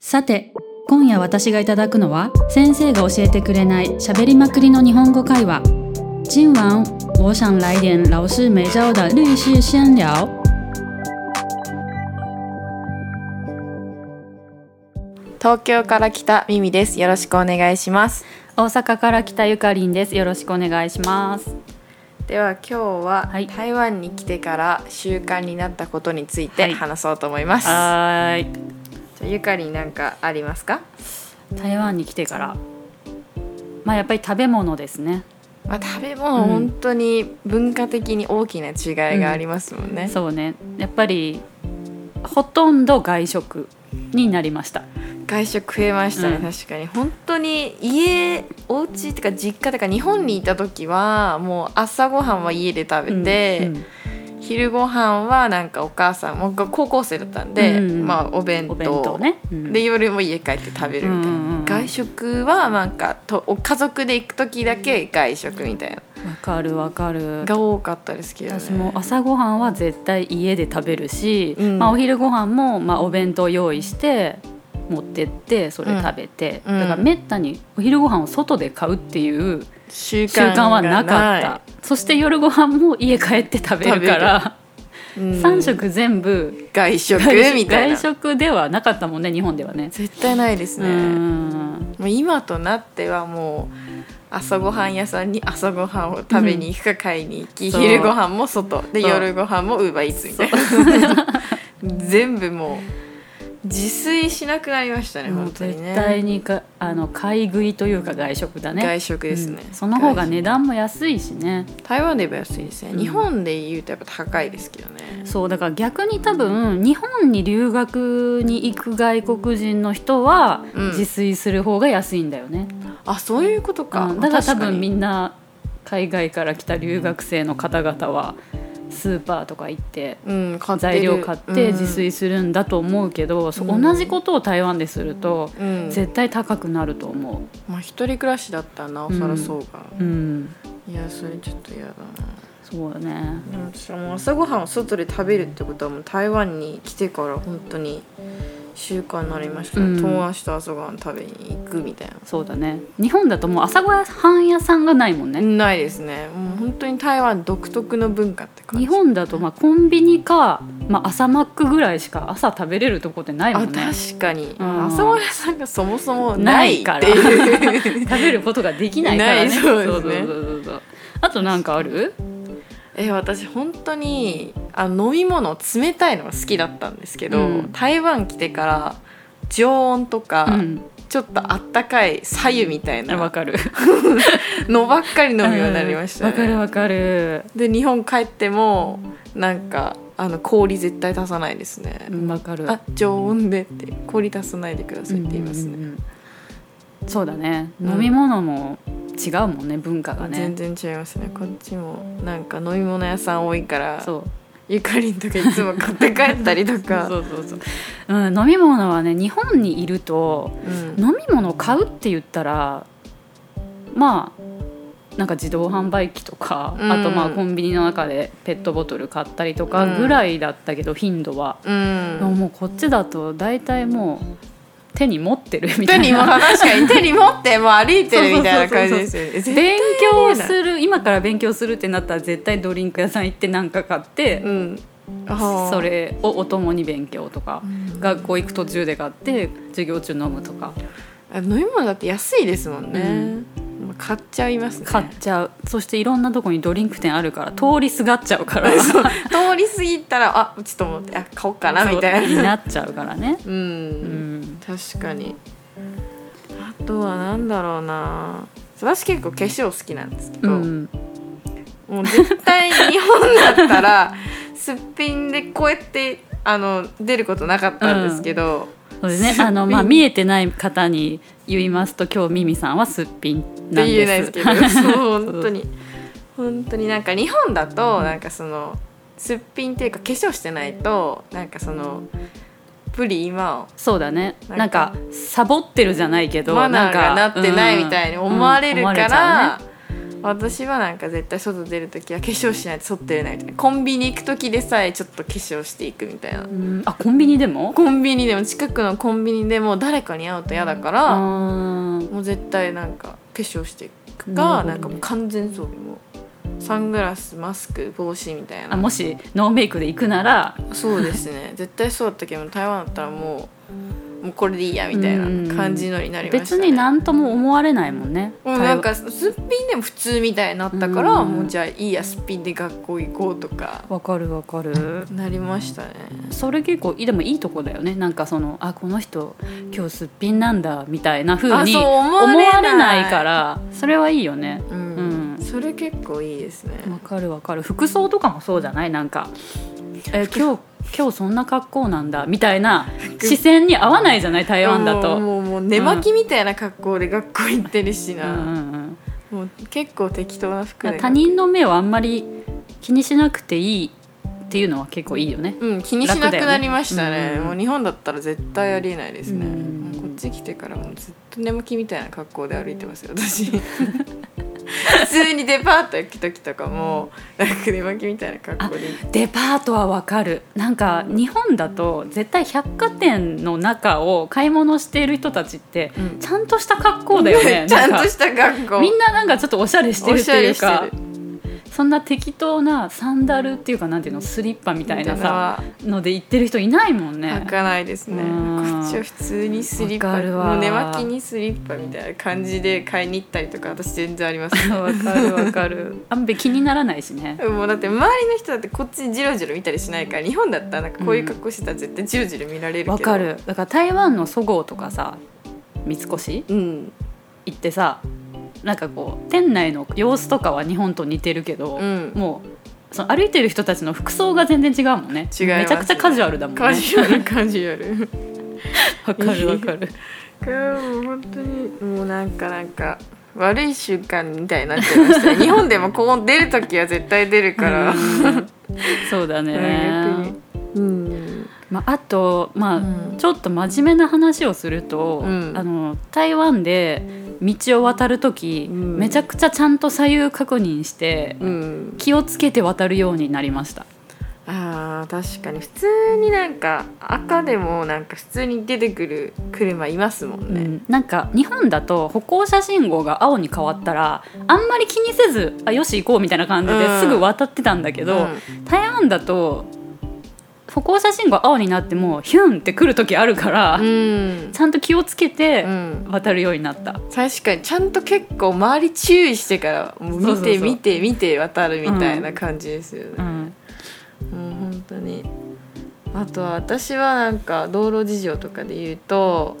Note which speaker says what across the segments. Speaker 1: さて今夜私がいただくのは先生が教えてくれないしゃべりまくりの日本語会話今晚我想来点老师没教的律师闲聊
Speaker 2: 東京から来たミミです。よろしくお願いします。
Speaker 1: 大阪から来たゆかりんですよろしくお願いします
Speaker 2: では今日は
Speaker 1: はい
Speaker 2: 台湾に来てから習慣になったことについ
Speaker 1: は
Speaker 2: て
Speaker 1: い
Speaker 2: 話そうと思います。
Speaker 1: はーい
Speaker 2: じゃあゆかりなんかありますか？
Speaker 1: 台湾に来てからまあやっぱり食べ物ですね
Speaker 2: まあ食べ
Speaker 1: う
Speaker 2: 物
Speaker 1: ん
Speaker 2: 本当に文化的に大きな違いがありますもんね。
Speaker 1: そうねやっぱりほとんど外食になりました
Speaker 2: 外食増えましたね、
Speaker 1: うん
Speaker 2: 確かに本当に家お家とか実家とか日本にいた時はもう朝ごはんは家で食べて。
Speaker 1: うん
Speaker 2: 昼ご飯はなんかお母さんもう高校生だったんで、
Speaker 1: うんうん
Speaker 2: まあ、お弁当
Speaker 1: お弁当ね、うん
Speaker 2: で夜も家帰って食べるみたいな、
Speaker 1: うんうんうん
Speaker 2: 外食はなんかとお家族で行く時だけ外食みたいな
Speaker 1: わかるわかる
Speaker 2: が多かったですけど、ね、
Speaker 1: 私も朝ごはんは絶対家で食べるし、
Speaker 2: うん
Speaker 1: まあ、お昼ご飯もまあお弁当用意して持ってってそれ食べて、
Speaker 2: うん
Speaker 1: だからめったにお昼ご飯を外で買うっていう
Speaker 2: 習
Speaker 1: 習慣はなか
Speaker 2: が
Speaker 1: ったそして夜ご飯も家帰って食べるから、
Speaker 2: ない、うん
Speaker 1: 3食全部
Speaker 2: 外食みたいな
Speaker 1: 外食ではなかったもんね日本ではね。
Speaker 2: 絶対ないです
Speaker 1: う
Speaker 2: ね、
Speaker 1: ん
Speaker 2: もう今となってはもう朝ごはん屋さんに朝ごはんを食べに行くか買いに行き、
Speaker 1: そう
Speaker 2: 昼ごはんも外で
Speaker 1: そう
Speaker 2: 夜ごはんもウーバーイーツみたいな 全部もう自炊しなくなりましたね
Speaker 1: もう
Speaker 2: 本当
Speaker 1: 絶
Speaker 2: にね
Speaker 1: 対にかあの買い食いというか外食だね
Speaker 2: 外食ですね、
Speaker 1: うんその方が
Speaker 2: 外
Speaker 1: 値段も安いしね
Speaker 2: 食台湾で言えば安いですね、
Speaker 1: うん
Speaker 2: 日本で言うとやっぱ高いですけどね
Speaker 1: そうだから逆に多分日本に留学に行く外国人の人は
Speaker 2: うん
Speaker 1: 自炊する方が安いんだよね、
Speaker 2: あそういうことか、
Speaker 1: うんだから多
Speaker 2: 確
Speaker 1: 分み
Speaker 2: に
Speaker 1: んな海外から来た留学生の方々はスーパーとか行って
Speaker 2: うん、買ってる
Speaker 1: 材料買って自炊するんだと思うけど、そう
Speaker 2: うん
Speaker 1: 同じことを台湾ですると
Speaker 2: うん、うん
Speaker 1: 絶対高くなると思
Speaker 2: まあ一人暮らしだったらなおさらそうか、
Speaker 1: ううん
Speaker 2: いやそれちょっと嫌だな
Speaker 1: そうだね
Speaker 2: でも私はもう朝ごはんを外で食べるってことはもう台湾に来てから本当に習慣になりました
Speaker 1: うん
Speaker 2: ね、友達と朝ごはん食べに行くみたい
Speaker 1: そうだね日本だともう朝ごはん屋さんがないもん
Speaker 2: な
Speaker 1: ね
Speaker 2: ないですねもう本当に台湾独特の文化って感じ
Speaker 1: 日本だとまあコンビニか、まあ、朝マックぐらいしか朝食べれるとこってないも
Speaker 2: あ
Speaker 1: んね
Speaker 2: 確かに、
Speaker 1: うん
Speaker 2: 朝ごはん屋さんがそもそも
Speaker 1: な
Speaker 2: ないい
Speaker 1: か
Speaker 2: かららいう
Speaker 1: 食べることができないからね
Speaker 2: ないそうですね
Speaker 1: そうそうそうそうあとなんかある
Speaker 2: え私本当にあ飲み物冷たいのが好きだったんですけど、
Speaker 1: うん
Speaker 2: 台湾来てから常温とか、
Speaker 1: うん
Speaker 2: ちょっとあったかい白湯みたいな
Speaker 1: わかる
Speaker 2: のばっかり飲むようになりましたね。
Speaker 1: うんわ、かるわかる
Speaker 2: で日本帰ってもなんかあの氷絶対足さないですね、
Speaker 1: うんわかる
Speaker 2: あ常温でって氷足さないでくださいって言います
Speaker 1: うん
Speaker 2: ね、
Speaker 1: うんうんそうだね、
Speaker 2: うん
Speaker 1: 飲み物も違うもんね文化がね
Speaker 2: 全然違いますねこっちもなんか飲み物屋さん多いから
Speaker 1: そう
Speaker 2: ゆかりんとかいつも買って帰ったりと か
Speaker 1: そうそうそう、うん、飲み物はね日本にいると
Speaker 2: うん
Speaker 1: 飲み物を買うって言ったらまあなんか自動販売機とか、
Speaker 2: うん
Speaker 1: あとまあコンビニの中でペットボトル買ったりとかぐらいだったけど、頻度は、
Speaker 2: うん
Speaker 1: でももうこっちだと大体もう手に持ってるみた
Speaker 2: 手
Speaker 1: いな
Speaker 2: にも確 かに手に持ってもう歩いてるみたいな感じですよねぜ
Speaker 1: 勉強する今から勉強するってなったら絶対ドリンク屋さん行って何か買って、
Speaker 2: うんあー
Speaker 1: それをお供に勉強とか、
Speaker 2: うん
Speaker 1: 学校行く途中で買って授業中飲むとか
Speaker 2: あ飲み物だって安いですもんね、
Speaker 1: う
Speaker 2: まあ買っちゃいますね
Speaker 1: 買っちゃう、そしていろんなとこにドリンク店あるから通りすがっちゃう から
Speaker 2: 通り過ぎたらあちょっと待ってあ買おうかなみたい
Speaker 1: に
Speaker 2: な
Speaker 1: なっちゃうからね。
Speaker 2: うん、
Speaker 1: うん、
Speaker 2: 確かにあとは何だろうな私結構化粧好きなんですけ
Speaker 1: う
Speaker 2: ど、
Speaker 1: ん、
Speaker 2: もう絶対日本だったらすっぴんでこうやってあの出ることなかったんですけど、
Speaker 1: そうですね。あのまあ見えてない方に言いますと、今日ミミさんはすっぴん
Speaker 2: っ
Speaker 1: なん
Speaker 2: て言えない
Speaker 1: で
Speaker 2: です
Speaker 1: す。
Speaker 2: けどそう本当に本当になんか日本だとなんかそのすっぴんっていうか化粧してないとなんかそのプリ今を
Speaker 1: そうだね。な
Speaker 2: なんん
Speaker 1: か
Speaker 2: か
Speaker 1: サボってるじゃないけど、
Speaker 2: マナーが
Speaker 1: んか
Speaker 2: なってないみたいに思われるか、
Speaker 1: うんうん思われちゃう
Speaker 2: ら、
Speaker 1: ね
Speaker 2: 私はなんか絶対外出る時は化粧しないと外出れないみたいなコンビニ行く時でさえちょっと化粧していくみたい
Speaker 1: う
Speaker 2: な
Speaker 1: んあコンビニでも
Speaker 2: コンビニでも近くのコンビニでも誰かに会うと嫌だから、
Speaker 1: あー
Speaker 2: もう絶対なんか化粧していく
Speaker 1: なるほど
Speaker 2: か
Speaker 1: ね
Speaker 2: なんかもう完全装備もうサングラスマスク帽子みたい
Speaker 1: あ
Speaker 2: な
Speaker 1: もしノーメイクで行くなら
Speaker 2: そうですね 絶対そうだったけど台湾だったらもうもうこれでいいやみたいな感じのになりました、
Speaker 1: 別
Speaker 2: ね、
Speaker 1: に何とも思われないもんね
Speaker 2: もう
Speaker 1: 台
Speaker 2: な
Speaker 1: 湾
Speaker 2: んかすっぴんでも普通みたいになったから、
Speaker 1: うん
Speaker 2: もうじゃあいいやすっぴんで学校行こうとか
Speaker 1: わかるわかる
Speaker 2: なりましたね
Speaker 1: それ結構いいでもいいとこだよねなんかそのあこの人今日すっぴんなんだみたいな風
Speaker 2: あ
Speaker 1: に
Speaker 2: そう
Speaker 1: 思
Speaker 2: 思
Speaker 1: わ
Speaker 2: われない
Speaker 1: れないからそれはいいよね
Speaker 2: うん、
Speaker 1: うん
Speaker 2: それ結構いいですね
Speaker 1: わかるわかる服装とかもそうじゃないなんかえ今日今日そんな格好なんだみたいな視線に合わないじゃない台湾だと。
Speaker 2: もうもうもう寝巻きみたいな格好で学校行ってるし
Speaker 1: うんう
Speaker 2: な、
Speaker 1: んうん
Speaker 2: もう結構適当な服
Speaker 1: だか
Speaker 2: で
Speaker 1: ら他人の目をあんまり気にしなくていいっていうのは結構いいよね。
Speaker 2: うん気にしなくなりました
Speaker 1: 楽だよ
Speaker 2: ね
Speaker 1: ねうん
Speaker 2: もう日本だったら絶対ありえないですね、
Speaker 1: うん
Speaker 2: もうこっち来てからもうずっと寝巻きみたいな格好で歩いてますよ私普通にデパート行く時とかもなんか寝巻きみたいな格好で行って
Speaker 1: デパートはわかるなんか日本だと絶対百貨店の中を買い物している人たちって
Speaker 2: うん
Speaker 1: ちゃんとした格好だよね
Speaker 2: ちゃん
Speaker 1: な
Speaker 2: と
Speaker 1: か
Speaker 2: した格好
Speaker 1: みんななんかちょっとおしゃれしてる
Speaker 2: お
Speaker 1: って
Speaker 2: しゃ
Speaker 1: い
Speaker 2: れ
Speaker 1: う
Speaker 2: して
Speaker 1: か
Speaker 2: る
Speaker 1: そんな適当なサンダルっていうかなんていうのスリッパみたいなさ
Speaker 2: は
Speaker 1: ので行ってる人いないもんね
Speaker 2: 履かないですね
Speaker 1: うん
Speaker 2: こっちは普通にスリッ
Speaker 1: わか
Speaker 2: パ
Speaker 1: るわ
Speaker 2: もう寝巻きにスリッパみたいな感じで買いに行ったりとか私全然あります
Speaker 1: わかるわかる あんべ気にならないしね
Speaker 2: もうだって周りの人だってこっちジロジロ見たりしないから日本だったらなんかこういう格好してたら絶対ジロジロ見られるけど
Speaker 1: わかるだから台湾のそごうとかさ三越
Speaker 2: うん
Speaker 1: 行ってさなんかこう店内の様子とかは日本と似てるけど、
Speaker 2: うん
Speaker 1: もうその歩いてる人たちの服装が全然違うもんね
Speaker 2: 違います
Speaker 1: めちゃくちゃカジュアルだもんね
Speaker 2: カジュアルカジュアル
Speaker 1: わかるわかる
Speaker 2: これはもう本当にもうなんかなんか悪い習慣みたいになっちゃいました ね日本でもこう出る時は絶対出るから
Speaker 1: うんそうだ
Speaker 2: 逆
Speaker 1: ね
Speaker 2: に、うん
Speaker 1: まあ、あとまあ、
Speaker 2: うん
Speaker 1: ちょっと真面目な話をすると、
Speaker 2: うん
Speaker 1: あの台湾で道を渡る時、
Speaker 2: うん
Speaker 1: めちゃくちゃちゃんと左右確認して
Speaker 2: うん、
Speaker 1: 気をつけて渡るようになりました
Speaker 2: あー確かに普通になんか赤でもなんか普通に出てくる車いますもん
Speaker 1: う
Speaker 2: ね、
Speaker 1: ん、なんか日本だと歩行者信号が青に変わったらあんまり気にせずあよし行こうみたいな感じで
Speaker 2: うん
Speaker 1: すぐ渡ってたんだけど、
Speaker 2: うん
Speaker 1: 台湾だと歩行者信号青になってもヒュンって来る時あるから、
Speaker 2: うん
Speaker 1: ちゃんと気をつけ
Speaker 2: う
Speaker 1: て
Speaker 2: ん
Speaker 1: 渡るようになった、
Speaker 2: 確かにちゃんと結構周り注意してからもう見て
Speaker 1: そうそうそう
Speaker 2: 見て見て渡るみたいな感じですよね、
Speaker 1: うん
Speaker 2: もう本当にあとは私はなんか道路事情とかで言うと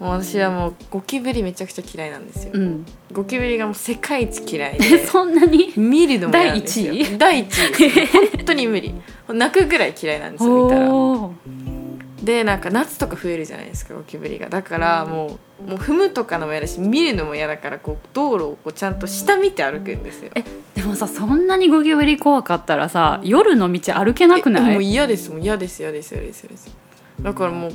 Speaker 2: もう私はもうゴキブリめちゃくちゃ嫌いなんですよ、
Speaker 1: うん、
Speaker 2: ゴキブリがもう世界一嫌い
Speaker 1: え
Speaker 2: で
Speaker 1: そんなに
Speaker 2: 見るのも嫌なん ですよ
Speaker 1: 第一
Speaker 2: 第一 位です本当に無理泣くぐらい嫌いなんですよ見たら
Speaker 1: おー
Speaker 2: でなんか夏とか増えるじゃないですかゴキブリがだからもうもう踏むとかのも嫌だし見るのも嫌だからこう道路をこうちゃんと下見て歩くんですよ
Speaker 1: えでもさそんなにゴキブリ怖かったらさ夜の道歩けなくな
Speaker 2: えもう
Speaker 1: い
Speaker 2: 嫌ですもう嫌です嫌です嫌です嫌ですだからもう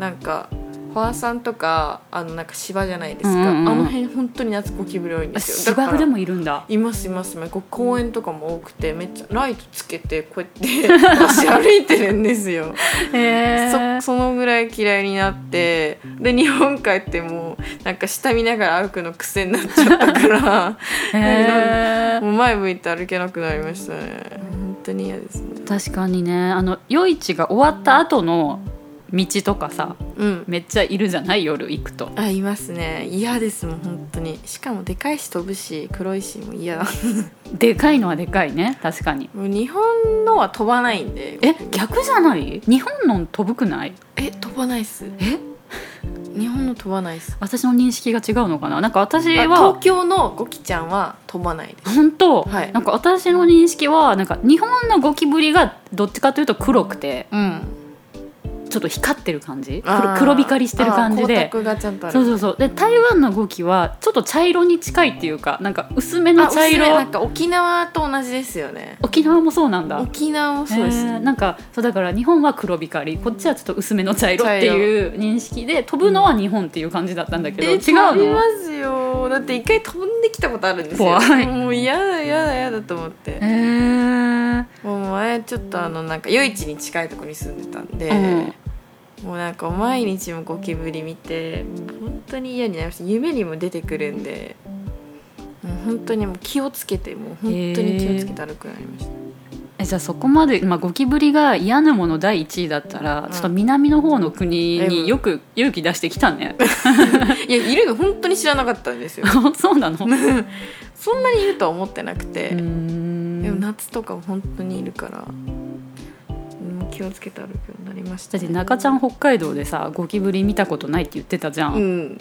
Speaker 2: なんかファーさんとかあのなんか芝じゃないですか、
Speaker 1: うんうんうん
Speaker 2: あの辺本当に夏ゴキブリ多いんですよだ
Speaker 1: 芝
Speaker 2: から
Speaker 1: 生でもいるんだ
Speaker 2: いますいますいますこう公園とかも多くてめっちゃライトつけてこうや って足歩いてるんですよ
Speaker 1: へー
Speaker 2: そそのぐらい嫌いになってで日本帰ってもうなんか下見ながら歩くの癖になっちゃった か
Speaker 1: へー
Speaker 2: らもう前向いて歩けなくなりましたね本当に嫌ですね
Speaker 1: 確かにねあの夜市が終わった後の道とかさ
Speaker 2: うん
Speaker 1: めっちゃいるじゃない夜行くと
Speaker 2: あいますね嫌ですもん本当にしかもでかいし飛ぶし黒いしも嫌だ
Speaker 1: でかいのはでかいね確かに
Speaker 2: もう日本のは飛ばないんで
Speaker 1: え逆じゃない日本の飛ぶくない
Speaker 2: え飛ばないっす
Speaker 1: え
Speaker 2: 日本の飛ばないっす
Speaker 1: 私の認識が違うのかななんか私
Speaker 2: あ東
Speaker 1: は
Speaker 2: 京のゴキちゃんは飛ばないです
Speaker 1: 本当、
Speaker 2: はい
Speaker 1: なんか私の認識はなんか日本のゴキブリがどっちかというと黒くて
Speaker 2: うん
Speaker 1: ちょっと光ってる感じ
Speaker 2: あー
Speaker 1: 黒黒光りしてる感じ
Speaker 2: あー
Speaker 1: で
Speaker 2: 光沢がちゃんとある
Speaker 1: そうそうそうで台湾の動きはちょっと茶色に近いっていうかなんか薄めの
Speaker 2: あ
Speaker 1: 茶
Speaker 2: 薄めなん
Speaker 1: 色
Speaker 2: か沖縄と同じですよね
Speaker 1: 沖縄もそうなんだ
Speaker 2: 沖縄もそうです、
Speaker 1: へーなんかそうだから日本は黒光りこっちはちょっと薄めの茶色っていう認識で飛ぶのは日本っていう感じだったんだけど、
Speaker 2: え
Speaker 1: 違
Speaker 2: 飛び
Speaker 1: う
Speaker 2: ま
Speaker 1: の
Speaker 2: すよだって一回飛んできたことあるんですよ
Speaker 1: 怖い
Speaker 2: もう嫌だ嫌だ嫌だと思って
Speaker 1: へー
Speaker 2: もう前ちょっとあのなんか夜市に近いところに住んでたんで、
Speaker 1: うん
Speaker 2: もうなんか毎日もゴキブリ見て本当に嫌になりました夢にも出てくるんでもう本当にもう気をつけてもう本当に気をつけて歩くようになりました、
Speaker 1: えじゃあそこまで、まあ、ゴキブリが嫌なもの第1位だったら、
Speaker 2: うん
Speaker 1: ちょっと南の方の国によく勇気出してきたね
Speaker 2: いやいるの本当に知らなかったんですよ
Speaker 1: そうなのう
Speaker 2: そんなにいるとは思ってなくて、
Speaker 1: ーん
Speaker 2: でも夏とかも本当にいるからもう気をつけて歩くようになりました
Speaker 1: だっ
Speaker 2: ね、
Speaker 1: て中ちゃん北海道でさゴキブリ見たことないって言ってたじゃん、
Speaker 2: うん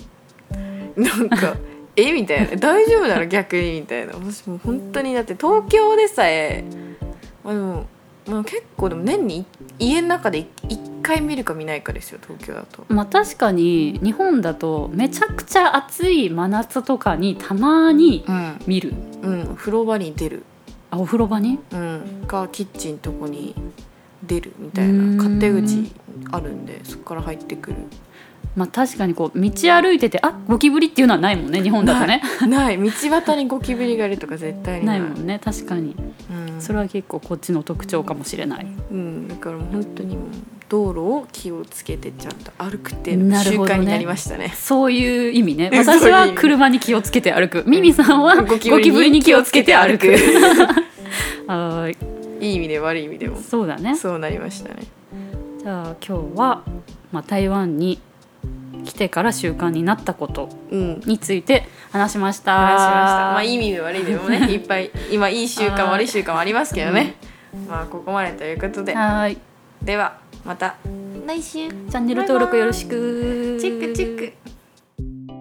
Speaker 2: なんか えみたいな大丈夫なの逆にみたいな私もう本当にだって東京でさえまあでも、まあ、結構でも年に家の中で1回見るか見ないかですよ東京だと
Speaker 1: まあ確かに日本だとめちゃくちゃ暑い真夏とかにたまに
Speaker 2: うん、
Speaker 1: 見る
Speaker 2: うん、風呂場に出る、
Speaker 1: あお風呂場に
Speaker 2: うん、かキッチンとこに出るみたいうな
Speaker 1: ーん
Speaker 2: 勝手口あるんでそこから入ってくる
Speaker 1: まあ確かにこう道歩いててあゴキブリっていうのはないもんね日本だとね
Speaker 2: ない道端にゴキブリがいるとか絶対にな
Speaker 1: ないいもんね確かに
Speaker 2: うん、
Speaker 1: それは結構こっちの特徴かもしれない
Speaker 2: うん、だからもう本当にもう道路を気をつけてちゃんと歩くっていうのが
Speaker 1: なる
Speaker 2: 習
Speaker 1: ほどね
Speaker 2: 慣になりましたね。
Speaker 1: そういう意味ね
Speaker 2: そういう意味
Speaker 1: 私は車に気をつけて歩くミミさんはゴ
Speaker 2: ゴ
Speaker 1: キ
Speaker 2: キ
Speaker 1: ブ
Speaker 2: ブ
Speaker 1: リに
Speaker 2: リに
Speaker 1: 気
Speaker 2: 気
Speaker 1: を
Speaker 2: を
Speaker 1: つ
Speaker 2: つ
Speaker 1: け
Speaker 2: け
Speaker 1: て
Speaker 2: て
Speaker 1: 歩
Speaker 2: 歩
Speaker 1: く
Speaker 2: く
Speaker 1: はーい
Speaker 2: いい意味で悪い意味でも
Speaker 1: そうだね
Speaker 2: そうなりましたね。
Speaker 1: じゃあ今日は、まあ、台湾に来てから習慣になったこと
Speaker 2: うん。
Speaker 1: について話しました。
Speaker 2: 話しました。まあいい意味で悪い でもね、いっぱい今いい習慣悪い習慣もありますけどね。まあここまでということで、
Speaker 1: はーい。
Speaker 2: ではまた来
Speaker 1: チ
Speaker 2: 週
Speaker 1: ャンネル登録よろしく。
Speaker 2: チェックチェック。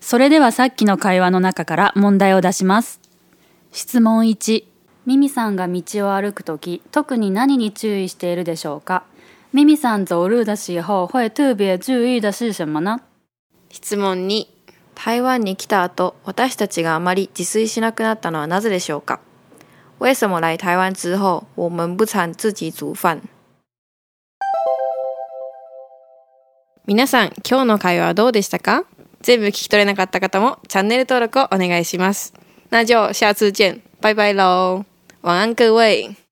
Speaker 1: それではさっきの会話の中から問題を出します。質問1。ミミさんが道を歩くとき、特に何に注意しているでしょうかミミさん走路的时候会特别注意的是什么呢
Speaker 2: 質問2台湾に来た後私たちがあまり自炊しなくなったのはなぜでしょうか为什么来台湾之后我们不常自己煮饭皆さん今日の会話はどうでしたか全部聞き取れなかった方もチャンネル登録をお願いします那就下次见拜拜喽晚安各位